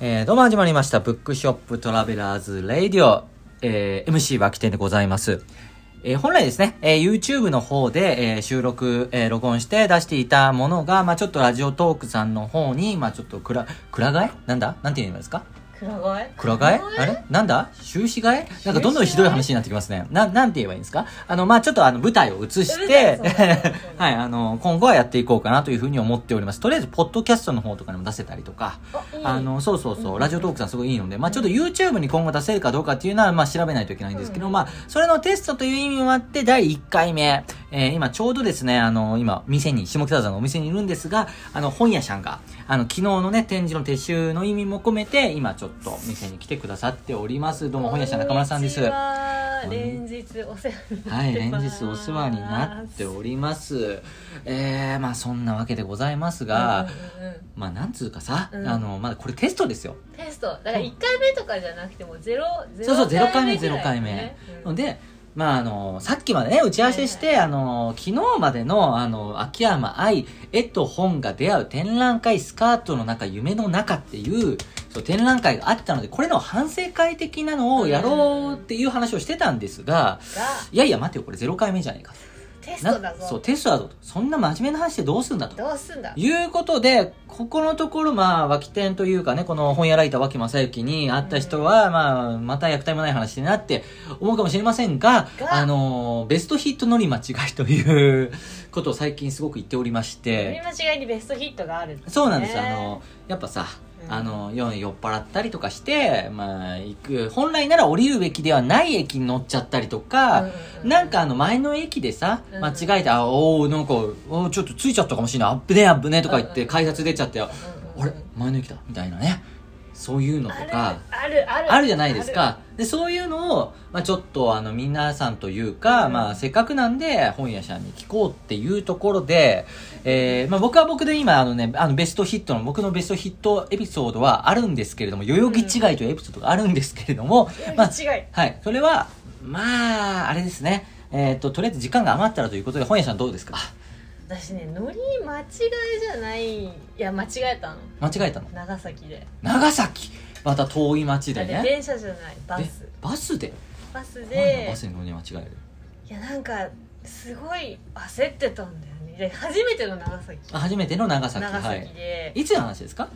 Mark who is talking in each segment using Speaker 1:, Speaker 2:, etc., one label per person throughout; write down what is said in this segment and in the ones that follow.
Speaker 1: えー、どうも始まりました。ブックショップトラベラーズレイディオ、えー、MC 脇店でございます。えー、本来ですね、えー、YouTube の方で、えー、収録、えー、録音して出していたものが、まあちょっとラジオトークさんの方に、まあちょっとくら、くら替えなんだなんて言えばいいですか
Speaker 2: くら替え
Speaker 1: くら替えあれなんだ収支替えなんかどんどんひどい話になってきますね。な、なんて言えばいいんですかあの、まあちょっとあの、舞台を移し
Speaker 2: 舞台
Speaker 1: て
Speaker 2: そうだね、
Speaker 1: はい、あの、今後はやっていこうかなというふうに思っております。とりあえず、ポッドキャストの方とかにも出せたりとか、
Speaker 2: あいい
Speaker 1: あのそうそう
Speaker 2: うんうん
Speaker 1: そううんラジオトークさんすごいいいので、まあ、ちょっと YouTube に今後出せるかどうかっていうのは、まあ、調べないといけないんですけど、
Speaker 2: うん
Speaker 1: まあ、それのテストという意味もあって第1回目、えー今ちょうどですねあの今店に下北沢のお店にいるんですがあの本屋さんがあの昨日のね展示の撤収の意味も込めて今ちょっと店に来てくださっておりますどうも本屋さん中村さんです
Speaker 2: こにちは
Speaker 1: こん
Speaker 2: 連日お世話にな
Speaker 1: は
Speaker 2: っ
Speaker 1: い、
Speaker 2: て
Speaker 1: 連
Speaker 2: ます
Speaker 1: 日お世話になっております。えー、まあそんなわけでございますが、
Speaker 2: うんうんうん
Speaker 1: まあなんつうかさ、
Speaker 2: うん
Speaker 1: あの、まだこれテストですよ。
Speaker 2: テストだから1回目とかじゃなくてもゼロ
Speaker 1: そうそう、0回目、
Speaker 2: ゼロ
Speaker 1: 0回目。
Speaker 2: ぐらいだよねうん
Speaker 1: で、まあ、あの、さっきまでね、打ち合わせして、あの、昨日までの、あの、秋山愛、絵と本が出会う展覧会、スカートの中、夢の中っていう、そう、展覧会があったので、これの反省会的なのをやろうっていう話をしてたんですが、
Speaker 2: が
Speaker 1: いやいや、待てよ、これ0回目じゃないか。
Speaker 2: テス
Speaker 1: な
Speaker 2: トだぞ
Speaker 1: そう、テストだぞと。そんな真面目な話でどうすんだと。
Speaker 2: どうすんだ
Speaker 1: いうことで、ここのところ、まあ、脇店というかね、この本屋ライター脇正幸に会った人は、まあ、また虐待もない話になって思うかもしれませんが、
Speaker 2: が
Speaker 1: あの、ベストヒット乗り間違いということを最近すごく言っておりまし
Speaker 2: 見
Speaker 1: て、
Speaker 2: 間違いにベストヒットがある
Speaker 1: そうなんです。
Speaker 2: ね
Speaker 1: あの、やっぱさ、
Speaker 2: うん
Speaker 1: あの、酔酔っ払ったりとかして、まあ、行く、本来なら降りるべきではない駅に乗っちゃったりとか、
Speaker 2: うんうんうん
Speaker 1: なんかあの前の駅でさ、
Speaker 2: うん
Speaker 1: 間違えて、あ、おおなんか、おーちょっとついちゃったかもしれない、あっぶねあっぶねとか言っ
Speaker 2: うん
Speaker 1: て、
Speaker 2: うん
Speaker 1: 改札出ちゃって、あ
Speaker 2: うんうん
Speaker 1: れ前の駅だみたいなね。そういうのとか、
Speaker 2: あるあ る
Speaker 1: あるじゃないですか。で、そういうのを、まあちょっとあの皆さんというか、
Speaker 2: うん
Speaker 1: まあせっかくなんで本屋さんに聞こうっていうところで、えー、まあ僕は僕で今あのね、あのベストヒットの、僕のベストヒットエピソードはあるんですけれども、代々木違いというエピソードがあるんですけれども、
Speaker 2: うん
Speaker 1: まあ
Speaker 2: 間違い
Speaker 1: はい、それは、まあ、あれですね。えっ、と、とりあえず時間が余ったらということで、本屋さんどうですか
Speaker 2: 私ね乗り間違いじゃないいや間違えたの
Speaker 1: 間違えたの
Speaker 2: 長崎で
Speaker 1: 長崎また遠い町
Speaker 2: だ
Speaker 1: で
Speaker 2: って
Speaker 1: ね。
Speaker 2: 電車じゃないバ
Speaker 1: え
Speaker 2: ス
Speaker 1: バスで
Speaker 2: バス
Speaker 1: なんだ
Speaker 2: で
Speaker 1: バスに乗り間違える。
Speaker 2: いやなんかすごい焦ってたんだよねで初めての長崎
Speaker 1: あ初めての長崎。
Speaker 2: 長
Speaker 1: は
Speaker 2: 崎
Speaker 1: い。
Speaker 2: で、
Speaker 1: いつの話ですか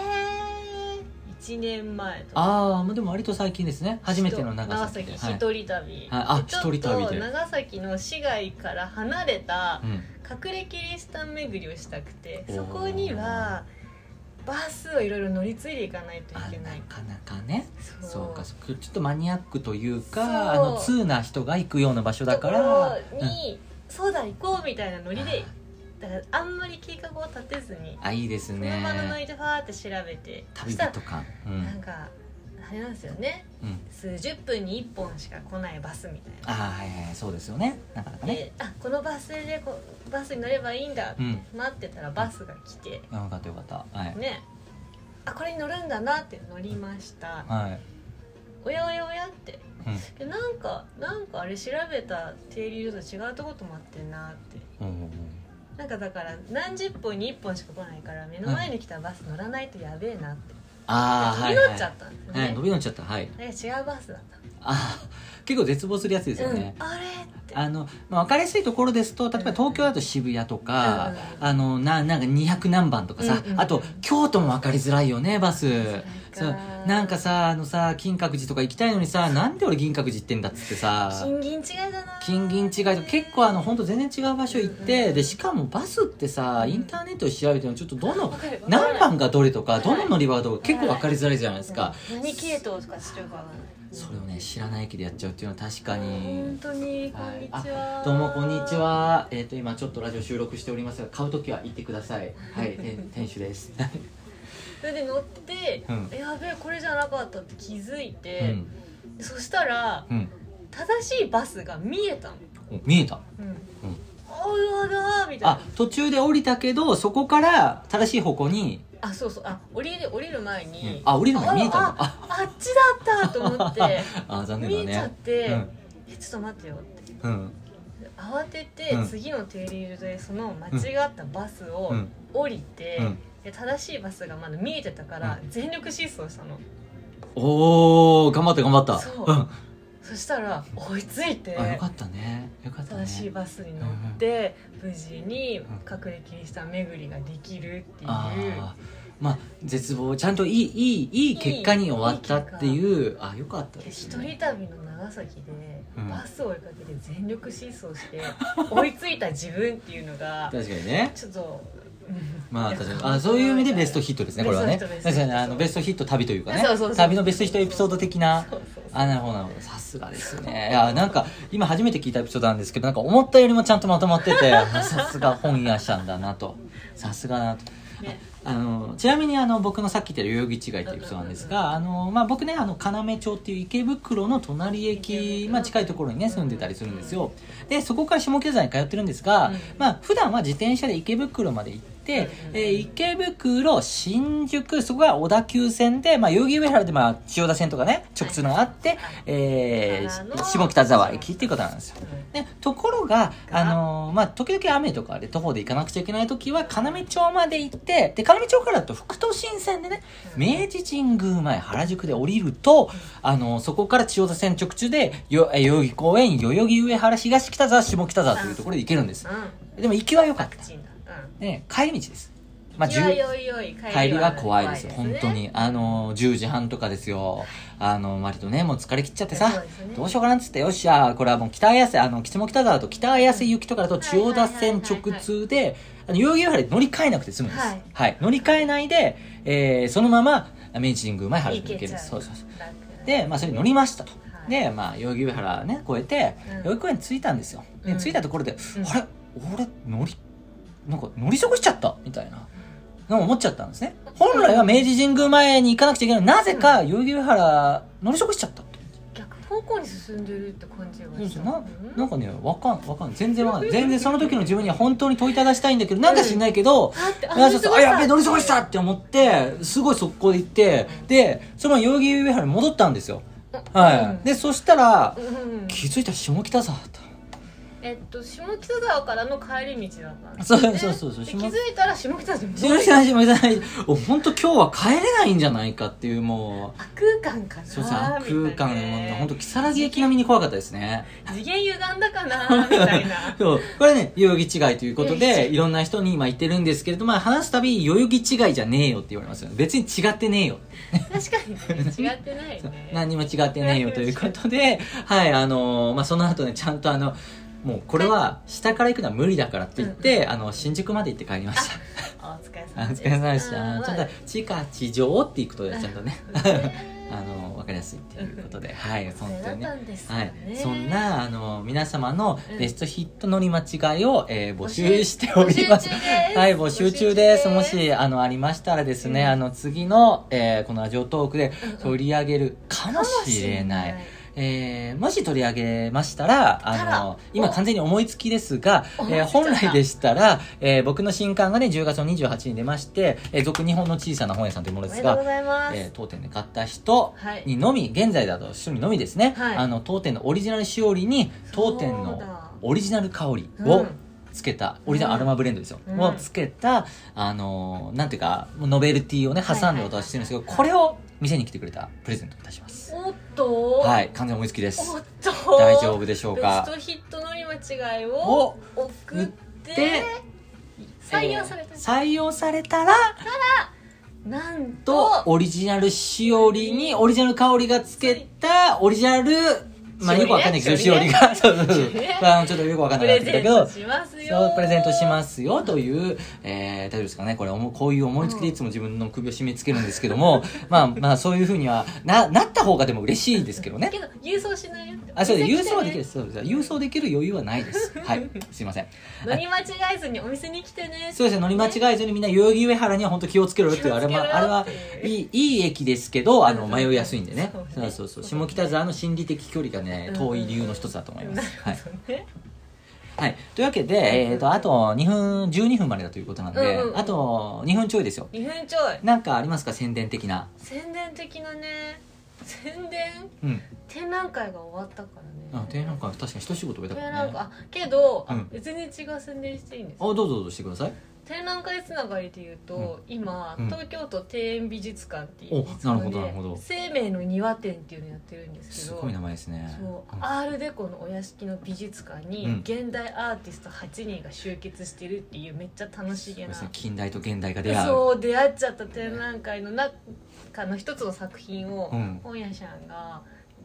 Speaker 2: えー、1年前とか
Speaker 1: ああ、まあでも割と最近ですね。初めての長崎で。
Speaker 2: 長
Speaker 1: はい
Speaker 2: 一人旅、
Speaker 1: あ
Speaker 2: でちょっ
Speaker 1: 一人旅
Speaker 2: と
Speaker 1: で
Speaker 2: 長崎の市街から離れた
Speaker 1: うん。
Speaker 2: 隠れキリシタン巡りをしたくて
Speaker 1: おー
Speaker 2: そこにはバスをいろいろ乗り継いでいかないとい
Speaker 1: あ
Speaker 2: けな
Speaker 1: ないかなかね。
Speaker 2: そう
Speaker 1: そうか、そうかちょっとマニアックという
Speaker 2: そう
Speaker 1: か、あの、通な人が行くような場所だから。
Speaker 2: ところに、そうだ行こうみたいなノリでだからあんまり計画を立てずに
Speaker 1: ああ、いいです
Speaker 2: その場のノリ
Speaker 1: ね。
Speaker 2: でファーって調べてそ
Speaker 1: 旅
Speaker 2: したら
Speaker 1: 人感。う
Speaker 2: なん
Speaker 1: ん。
Speaker 2: かあれなんですよね
Speaker 1: うん。
Speaker 2: 数十分に1本しか来ないバスみたいな
Speaker 1: ああ、はいはいはい、そうですよね。なかなかね。
Speaker 2: であこのバス停でこバスに乗ればいいんだ、
Speaker 1: うん。
Speaker 2: 待ってたらバスが来て
Speaker 1: あよかったよかったはい、
Speaker 2: ねあこれに乗るんだなって乗りました
Speaker 1: はい
Speaker 2: おやおやおやって
Speaker 1: うん
Speaker 2: でなんかなんかあれ調べた停留所と違うとこと待ってんなって
Speaker 1: うんうん
Speaker 2: なんかだから何十本に1本しか来ないから目の前に来たバス乗らないとやべえなって、
Speaker 1: ああ
Speaker 2: 飛び乗っちゃったんですよ
Speaker 1: はい、はい、
Speaker 2: ね、
Speaker 1: 伸び乗っちゃったはい
Speaker 2: なんか違うバスだっ
Speaker 1: あー結構絶望するやつです
Speaker 2: た、
Speaker 1: よ
Speaker 2: うん
Speaker 1: ね、
Speaker 2: あれって
Speaker 1: あの、まあ、分かりやすいところですと例えば東京だと渋谷とか、
Speaker 2: うん
Speaker 1: あのななんか200何番とかさ、
Speaker 2: うんうん
Speaker 1: あと京都も分かりづらいよねバス
Speaker 2: そ
Speaker 1: そうう
Speaker 2: か
Speaker 1: なんかさあのさ金閣寺とか行きたいのにさなんで俺銀閣寺行ってんだっつってさ
Speaker 2: 金銀違いだな
Speaker 1: 金銀違いと結構あの本当全然違う場所行って、
Speaker 2: うんうん
Speaker 1: でしかもバスってさインターネットで調べてもちょっとどの
Speaker 2: わかるわかる
Speaker 1: 何番がどれとか
Speaker 2: い
Speaker 1: どの乗り場がどうか結構分かりづらいじゃないですか、
Speaker 2: うん何系統とかしようかわかんない
Speaker 1: それをね知らない駅でやっちゃうっていうのは確か
Speaker 2: 本
Speaker 1: に、
Speaker 2: 当にこんにちは、
Speaker 1: あどうもこんにちはえっ、と今ちょっとラジオ収録しておりますが買う時は行ってください はいて店主です
Speaker 2: それで乗って、
Speaker 1: うん
Speaker 2: やべえこれじゃなかったって気づいうて、
Speaker 1: ん、
Speaker 2: そしたら
Speaker 1: うん、
Speaker 2: 正しいバスが見えたの
Speaker 1: お見えた
Speaker 2: うん、おうわだーみたい
Speaker 1: あ
Speaker 2: な
Speaker 1: 途中で降りたけどそこから正しい方向に、
Speaker 2: あそうそうあ降りる降りる前に、
Speaker 1: うんあ降りるのが見えたんだ
Speaker 2: あ
Speaker 1: あ
Speaker 2: あっちだったと思って
Speaker 1: あ残
Speaker 2: 見
Speaker 1: 念だね
Speaker 2: えちゃって、
Speaker 1: うん
Speaker 2: えちょっと待ってよって
Speaker 1: うん
Speaker 2: 慌てて、
Speaker 1: うん
Speaker 2: 次の停留所でその間違ったバスを
Speaker 1: うん
Speaker 2: 降りて、
Speaker 1: うん
Speaker 2: で正しいバスがまだ見えてたから、全力疾走したの
Speaker 1: おお頑張った頑張った
Speaker 2: そうんそしたら追いついて
Speaker 1: あよかったねよかったね
Speaker 2: 正しいバスに乗って、無事に隠れキリシタン巡りができるっていう
Speaker 1: ああまあ絶望ちゃんといいいいいい結果に終わったっていうあよかった
Speaker 2: で
Speaker 1: です
Speaker 2: 一
Speaker 1: ね
Speaker 2: 人旅の長崎で
Speaker 1: うん
Speaker 2: バスを追いかけて全力疾走して追いついた自分っていうのが
Speaker 1: 確かにね
Speaker 2: ちょっと、
Speaker 1: まあ確かにあそういう意味でベストヒットですねこれはね
Speaker 2: ベストヒット
Speaker 1: 確かにあのベストヒット旅というかね
Speaker 2: そうそうそう
Speaker 1: 旅のベストヒットエピソード的な
Speaker 2: そうそうそう
Speaker 1: あなるほどなるほどさすがですねいやなんか今初めて聞いたエピソードなんですけどなんか思ったよりもちゃんとまとまって てあさすが本屋さんだなとさすがだなと
Speaker 2: ね
Speaker 1: あのちなみにあの僕のさっき言った代々木違いっていう人なんですが、あのまあ、僕ねあの要町っていう池袋の隣
Speaker 2: 池
Speaker 1: 駅、
Speaker 2: 袋
Speaker 1: まあ、近いところにね住んでたりするんですよでそこから下北沢に通ってるんですが、
Speaker 2: うん
Speaker 1: まあ普段は自転車で池袋まで行って、
Speaker 2: うん
Speaker 1: えー池袋新宿そこが小田急線で、まあ、代々木上原で、まあ、千代田線とかね直通のがあって、えー
Speaker 2: からの
Speaker 1: 下北沢駅っていうことなんですよ
Speaker 2: うん
Speaker 1: ね、ところが、
Speaker 2: が
Speaker 1: あのーまあ、時々雨とかで徒歩で行かなくちゃいけない時は、要町まで行って、で、要町からだと副都心線でね、
Speaker 2: うん
Speaker 1: 明治神宮前原宿で降りると、あのーそこから千代田線直通で、よ、え、代々木公園、代々木上原東北沢、下北沢というところで行けるんです。
Speaker 2: う
Speaker 1: でも行きは良
Speaker 2: ん、
Speaker 1: かっ
Speaker 2: ワ
Speaker 1: た
Speaker 2: ク。チンだ、うん
Speaker 1: ね、帰り道です。まあ、
Speaker 2: いや
Speaker 1: 10
Speaker 2: いやいやいや
Speaker 1: 帰りは怖いですよ、
Speaker 2: ね
Speaker 1: 本当に。あの、10時半とかですよ。あの、割とね、もう疲れ切っちゃってさ
Speaker 2: そうです、ね
Speaker 1: どうしようかなっつって、よっしゃ、これはもう北綾瀬、あの、吉も北沢と北綾瀬行きとかだと千代田線直通で、あの、代々木上原で乗り換えなくて済むんです
Speaker 2: はい。
Speaker 1: はい。乗り換えないで、えーそのまま、明治神宮前原宿に行けるんです。
Speaker 2: 行けち
Speaker 1: そ
Speaker 2: ゃ
Speaker 1: う
Speaker 2: う
Speaker 1: そうそう。
Speaker 2: 楽だね
Speaker 1: で、まあ、それに乗りましたと。
Speaker 2: はい
Speaker 1: で、まあ、代々木上原ね、越えて、
Speaker 2: うん
Speaker 1: 代々木公園着いたんですよ。で、
Speaker 2: うん
Speaker 1: 着いたところで、
Speaker 2: うん
Speaker 1: あれ俺、乗り、なんか乗り過ごしちゃったみたいな。なんか思っちゃったんですね。本来は明治神宮前に行かなくちゃいけない。なぜか、代々木上原乗り過ごしちゃったって。
Speaker 2: 逆方向に進んでるって感じがした
Speaker 1: な
Speaker 2: うん
Speaker 1: なんかね、わかん、わかん、全然わかんない。全然その時の自分には本当に問いただしたいんだけど、なんか知んないけど、
Speaker 2: あって
Speaker 1: あそうそうあやべえ乗り過
Speaker 2: そ
Speaker 1: ごしたって思ってすごい速攻で行ってでそのまま代々木上原に戻ったんですよは
Speaker 2: うん
Speaker 1: いでそしたら
Speaker 2: うん、
Speaker 1: 気づいたら下北沢だった
Speaker 2: えっと下北沢からの帰り道だったんです
Speaker 1: そう
Speaker 2: ね
Speaker 1: そうそうそう
Speaker 2: で気
Speaker 1: 下
Speaker 2: づいたら下北沢に戻
Speaker 1: 下
Speaker 2: る
Speaker 1: 北沢下北沢お本当今日は帰れないんじゃないかっていうもう
Speaker 2: 悪空間かな
Speaker 1: そうそう空
Speaker 2: みた
Speaker 1: 間も
Speaker 2: いなね
Speaker 1: 本当木更津駅並みに怖かったですね
Speaker 2: 次元歪んだかなみたいな
Speaker 1: そうこれね代々木違いということ
Speaker 2: 代々
Speaker 1: でいろんな人に今言ってるんですけれどまあ話すたび代々木違いじゃねえよって言われますよね別に違ってねえよ
Speaker 2: 確かにね違ってないね
Speaker 1: 何にも違って ないよということで、はい、あのーまあ、その後ね、ちゃんとあの、もうこれは下から行くのは無理だからって言って、あの、新宿まで行って帰りました。
Speaker 2: お疲れ
Speaker 1: あ
Speaker 2: 様
Speaker 1: のお
Speaker 2: です
Speaker 1: 疲れ様でした。あ
Speaker 2: あ
Speaker 1: の
Speaker 2: ー
Speaker 1: ちゃん
Speaker 2: ま
Speaker 1: と
Speaker 2: あ、
Speaker 1: 地下地上って行くと、ちゃんとね、
Speaker 2: ね
Speaker 1: あの、わかりやすいっていうことで、はい、
Speaker 2: そ
Speaker 1: 本
Speaker 2: れ
Speaker 1: 当
Speaker 2: だ
Speaker 1: に
Speaker 2: った
Speaker 1: ね。
Speaker 2: んですよ
Speaker 1: は
Speaker 2: ね
Speaker 1: い、そんなあの皆様の
Speaker 2: うん
Speaker 1: ベストヒット乗り間違いを、えー募集しております
Speaker 2: 募集中です
Speaker 1: はい募集中ですも
Speaker 2: 募集中で
Speaker 1: しあのありましたらですね、
Speaker 2: うん
Speaker 1: あの次の、えーこのラジオトークで
Speaker 2: うんうん
Speaker 1: 取り上げるかもしれない
Speaker 2: かもし
Speaker 1: えーもし取り上げましたら、あ
Speaker 2: た
Speaker 1: の
Speaker 2: ら、
Speaker 1: 今
Speaker 2: お
Speaker 1: 完全に思いつきですが、
Speaker 2: 思いついち
Speaker 1: えー
Speaker 2: ゃった
Speaker 1: 本来でしたら、えー僕の新刊がね、10月の28日に出まして、えー俗日本の小さな本屋さんというもの
Speaker 2: お
Speaker 1: です
Speaker 2: めでとう
Speaker 1: が、
Speaker 2: ございます、
Speaker 1: えー当店で買った人
Speaker 2: はい
Speaker 1: にのみ、現在だと一人にのみですね、
Speaker 2: はい
Speaker 1: あの、当店のオリジナルしおりに、当店
Speaker 2: そう
Speaker 1: の
Speaker 2: だ
Speaker 1: オリジナル香り
Speaker 2: う
Speaker 1: を
Speaker 2: ん
Speaker 1: つけた、オリジナルアロマブレンドですよ、
Speaker 2: うん
Speaker 1: をつけた、あのーなんていうか、ノベルティをね、挟んでお渡ししてるんですけど、これを店に来てくれたプレゼントいたします。
Speaker 2: おっと
Speaker 1: はい、完全思いつきです。
Speaker 2: おっと
Speaker 1: 大丈夫でしょうか
Speaker 2: ベストヒットのり間違い
Speaker 1: を
Speaker 2: を送って
Speaker 1: で
Speaker 2: 採用された、
Speaker 1: えー採用されたら
Speaker 2: なんと
Speaker 1: とオリジナルしおりにオリジナル香りがつけたオリジナルまあ
Speaker 2: しおりね
Speaker 1: よくわかんないけどし
Speaker 2: し
Speaker 1: お
Speaker 2: お
Speaker 1: り
Speaker 2: りね
Speaker 1: が そうそうそう
Speaker 2: しお りね
Speaker 1: まあちょっとよくわかん
Speaker 2: プ
Speaker 1: なかっ
Speaker 2: レ
Speaker 1: た
Speaker 2: ゼ
Speaker 1: け
Speaker 2: ン
Speaker 1: ど
Speaker 2: トしますよ
Speaker 1: そうプレゼントしますすよという、えー、大丈夫ですかねこれおもこういう思いつきでいつも自分の首を締め付けるんですけども、まあまあそういうふうにはななった方がでも嬉しいですけどね
Speaker 2: けど郵送しないよ
Speaker 1: あそうです郵送は
Speaker 2: は
Speaker 1: できるそうです郵送できる余裕はないですはいすいません
Speaker 2: 乗り間違えずにお店に来てね
Speaker 1: そうですね、乗り間違えずにみんな代々木上原には本当気をつけろよっていう、あれ
Speaker 2: 気をつけろ
Speaker 1: は、
Speaker 2: よ
Speaker 1: あれは
Speaker 2: って
Speaker 1: い
Speaker 2: い
Speaker 1: い、いい駅ですけど、あの、
Speaker 2: うん
Speaker 1: 迷いやすいんでね。
Speaker 2: そう
Speaker 1: そ
Speaker 2: ね
Speaker 1: うそうそう。下北沢の心理的距離がね、遠い理由の一つだと思います。は
Speaker 2: ないる。ほどね
Speaker 1: はい。というわけで、えっと、あと2分、12分までだということなんで
Speaker 2: うんう、ん
Speaker 1: あと2分ちょいですよ。
Speaker 2: 2分ちょい
Speaker 1: なんかありますか宣伝的な。
Speaker 2: 宣伝的なね宣伝
Speaker 1: うん。
Speaker 2: 展覧会が終わったから
Speaker 1: あ
Speaker 2: ね
Speaker 1: 展覧会、確かに一仕事終えた
Speaker 2: 展
Speaker 1: から
Speaker 2: 覧
Speaker 1: ね。
Speaker 2: 会
Speaker 1: あ、
Speaker 2: あけど、
Speaker 1: うん
Speaker 2: あ全然違う宣伝していいんですか
Speaker 1: どうぞどうぞしてください。
Speaker 2: 展覧会つながりでいうと、今、
Speaker 1: うん
Speaker 2: 東京都庭園美術館っていう美術
Speaker 1: おなるほ
Speaker 2: 館
Speaker 1: どなる
Speaker 2: で
Speaker 1: ほど
Speaker 2: 生命の庭展っていうのやってるんですけ
Speaker 1: す
Speaker 2: ど
Speaker 1: ごい名前ですね
Speaker 2: そう、
Speaker 1: うん
Speaker 2: アールデコのお屋敷の美術館
Speaker 1: う
Speaker 2: に
Speaker 1: ん
Speaker 2: 現代アーティスト8人が集結してるっていうめっちゃ楽しげな、
Speaker 1: そうですね近代と現代が出会う
Speaker 2: そう出会っちゃった展覧会の中の一つの作品を
Speaker 1: うん
Speaker 2: 本屋さんが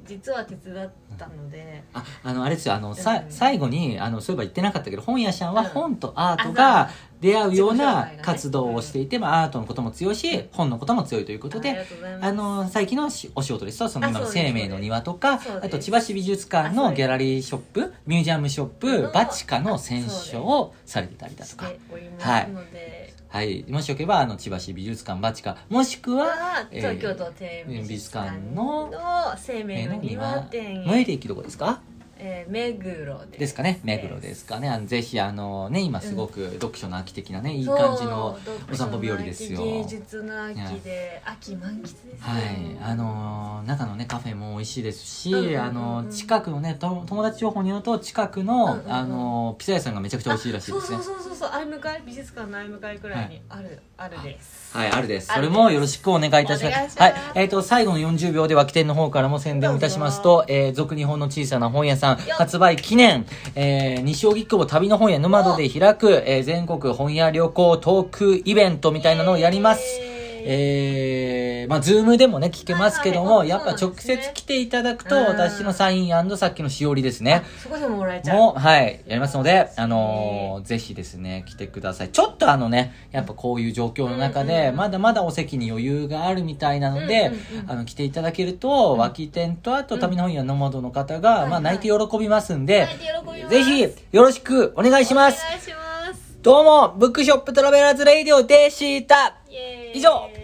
Speaker 2: 実は手伝ったので、
Speaker 1: ああのあれですよあの、さ
Speaker 2: うん
Speaker 1: 最後にあのそういえば言ってなかったけど本屋さんは
Speaker 2: うん
Speaker 1: 本とアート
Speaker 2: あ
Speaker 1: が出会うよう
Speaker 2: 自己紹
Speaker 1: な
Speaker 2: 介がね
Speaker 1: 活動をしていて、まあ、アートのことも強いし本のことも強いということ
Speaker 2: あり
Speaker 1: で。
Speaker 2: がとうございます
Speaker 1: あの最近のしお仕事ですとその
Speaker 2: あ
Speaker 1: 今の
Speaker 2: そうです
Speaker 1: 生命の庭とか
Speaker 2: そうです
Speaker 1: あと千葉市美術館
Speaker 2: あそう
Speaker 1: の
Speaker 2: です
Speaker 1: ギャラリーショップミュージアムショッ
Speaker 2: の
Speaker 1: プバチカの選
Speaker 2: そうです
Speaker 1: 書をされてたりだ
Speaker 2: し
Speaker 1: と
Speaker 2: て
Speaker 1: か、
Speaker 2: おりますので、
Speaker 1: はい、もしよければあの千葉市美術館バチカもしくは
Speaker 2: は
Speaker 1: えー
Speaker 2: 東京都庭園美術館の
Speaker 1: 美
Speaker 2: 生命
Speaker 1: 目
Speaker 2: の
Speaker 1: の
Speaker 2: 庭
Speaker 1: 庭
Speaker 2: 展
Speaker 1: 最寄り駅どこですか
Speaker 2: えー目黒です
Speaker 1: ですかね目黒ですかねあのぜひあのね今すごく読書の秋的なね、いい感じの
Speaker 2: そう
Speaker 1: お散歩日和ですよ
Speaker 2: 芸術の秋で、秋満喫ですよ
Speaker 1: はい、あのー中のねカフェも美味しいですし、
Speaker 2: うんうんうんうん
Speaker 1: あのー近くのねと友達情報によると近くの、
Speaker 2: うんうんうん
Speaker 1: あのーピザ屋さんがめちゃくちゃ美味しいらしいですね
Speaker 2: そうそうそうそうそうあい向かい美術館のあい向かいくらいにある、あるです
Speaker 1: はいあるです
Speaker 2: あ
Speaker 1: そ
Speaker 2: るで
Speaker 1: れ
Speaker 2: す
Speaker 1: もよろしくお願いいたし
Speaker 2: お
Speaker 1: ま
Speaker 2: 願いします
Speaker 1: すはいえっ、と最後の40秒で脇店の方からも宣伝をいたしますと「えー俗日本の小さな本屋さん」
Speaker 2: よっ
Speaker 1: 発売記念、えー西荻窪旅の本屋沼戸で開く、えー全国本屋旅行トークイベントみたいなのをやります、
Speaker 2: えー
Speaker 1: えーまあ、ズームでもね、聞けますけども、
Speaker 2: はいはい
Speaker 1: やっ
Speaker 2: はい
Speaker 1: ぱ直接来ていただくと、
Speaker 2: うん
Speaker 1: 私のサインさっきのしおりですね。
Speaker 2: そこでももらえちゃう
Speaker 1: もう、はい、やりますので、あのーぜひですね、来てください。ちょっとあのね、やっぱこういう状況の中
Speaker 2: うんうん
Speaker 1: で、
Speaker 2: うん
Speaker 1: まだまだお席に余裕があるみたいなので、
Speaker 2: うんうんうん
Speaker 1: あの、来ていただけると、
Speaker 2: うん
Speaker 1: 脇店と、あと、旅の本屋の窓の方
Speaker 2: い
Speaker 1: が、
Speaker 2: はい
Speaker 1: まあ、泣いて喜びますんで
Speaker 2: 泣いて喜びま、す
Speaker 1: ぜひ、よろしくお願いします。
Speaker 2: お願いします
Speaker 1: どうも、ブックショップトラベラーズレイディオでした。
Speaker 2: イエーイ
Speaker 1: 以上